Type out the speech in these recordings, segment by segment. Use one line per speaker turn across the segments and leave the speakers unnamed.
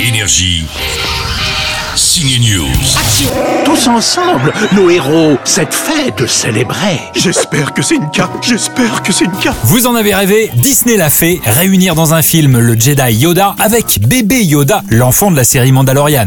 Énergie. Signe News.
Tous ensemble, nos héros, cette fête célébrée. J'espère que c'est une carte, j'espère que c'est une carte.
Vous en avez rêvé, Disney l'a fait, réunir dans un film le Jedi Yoda avec bébé Yoda, l'enfant de la série Mandalorian.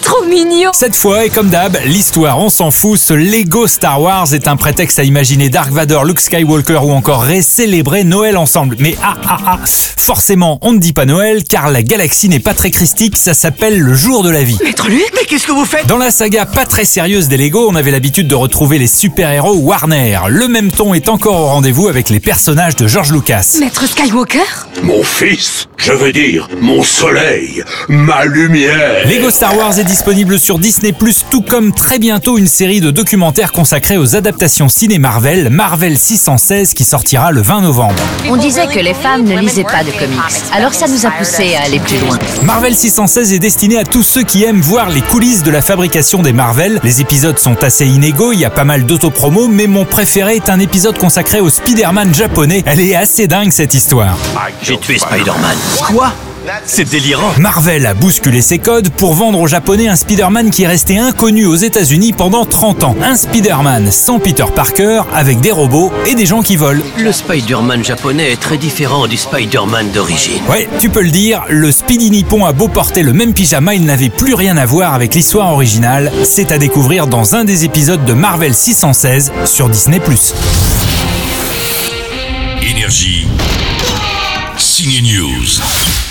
Trop mignon
Cette fois, et comme d'hab, l'histoire on s'en fout, ce Lego Star Wars est un prétexte à imaginer Dark Vador, Luke Skywalker ou encore Rey célébrer Noël ensemble. Mais ah ah ah, forcément on ne dit pas Noël car la galaxie n'est pas très christique, ça s'appelle le jour de la vie.
Maître Luc Mais qu'est-ce que vous faites
Dans la saga pas très sérieuse des Lego, on avait l'habitude de retrouver les super-héros Warner. Le même ton est encore au rendez-vous avec les personnages de George Lucas.
Maître Skywalker
Mon fils, je veux dire, mon soleil, ma lumière.
Lego Star Wars est disponible sur Disney+, tout comme très bientôt une série de documentaires consacrés aux adaptations ciné Marvel, Marvel 616, qui sortira le 20 novembre.
On disait que les femmes ne lisaient pas de comics, alors ça nous a poussé à aller plus loin.
Marvel 616 est destiné à tous ceux qui aiment voir les coulisses de la fabrication des Marvel. Les épisodes sont assez inégaux, il y a pas mal d'autopromos, mais mon préféré est un épisode consacré au Spider-Man japonais. Elle est assez dingue cette histoire.
J'ai tué Spider-Man.
Quoi
C'est délirant.
Marvel a bousculé ses codes pour vendre aux Japonais un Spider-Man qui est resté inconnu aux États-Unis pendant 30 ans. Un Spider-Man sans Peter Parker, avec des robots et des gens qui volent.
Le Spider-Man japonais est très différent du Spider-Man d'origine.
Ouais, tu peux le dire, le Speedy Nippon a beau porter le même pyjama, il n'avait plus rien à voir avec l'histoire originale. C'est à découvrir dans un des épisodes de Marvel 616 sur Disney+.
Énergie. Signe News.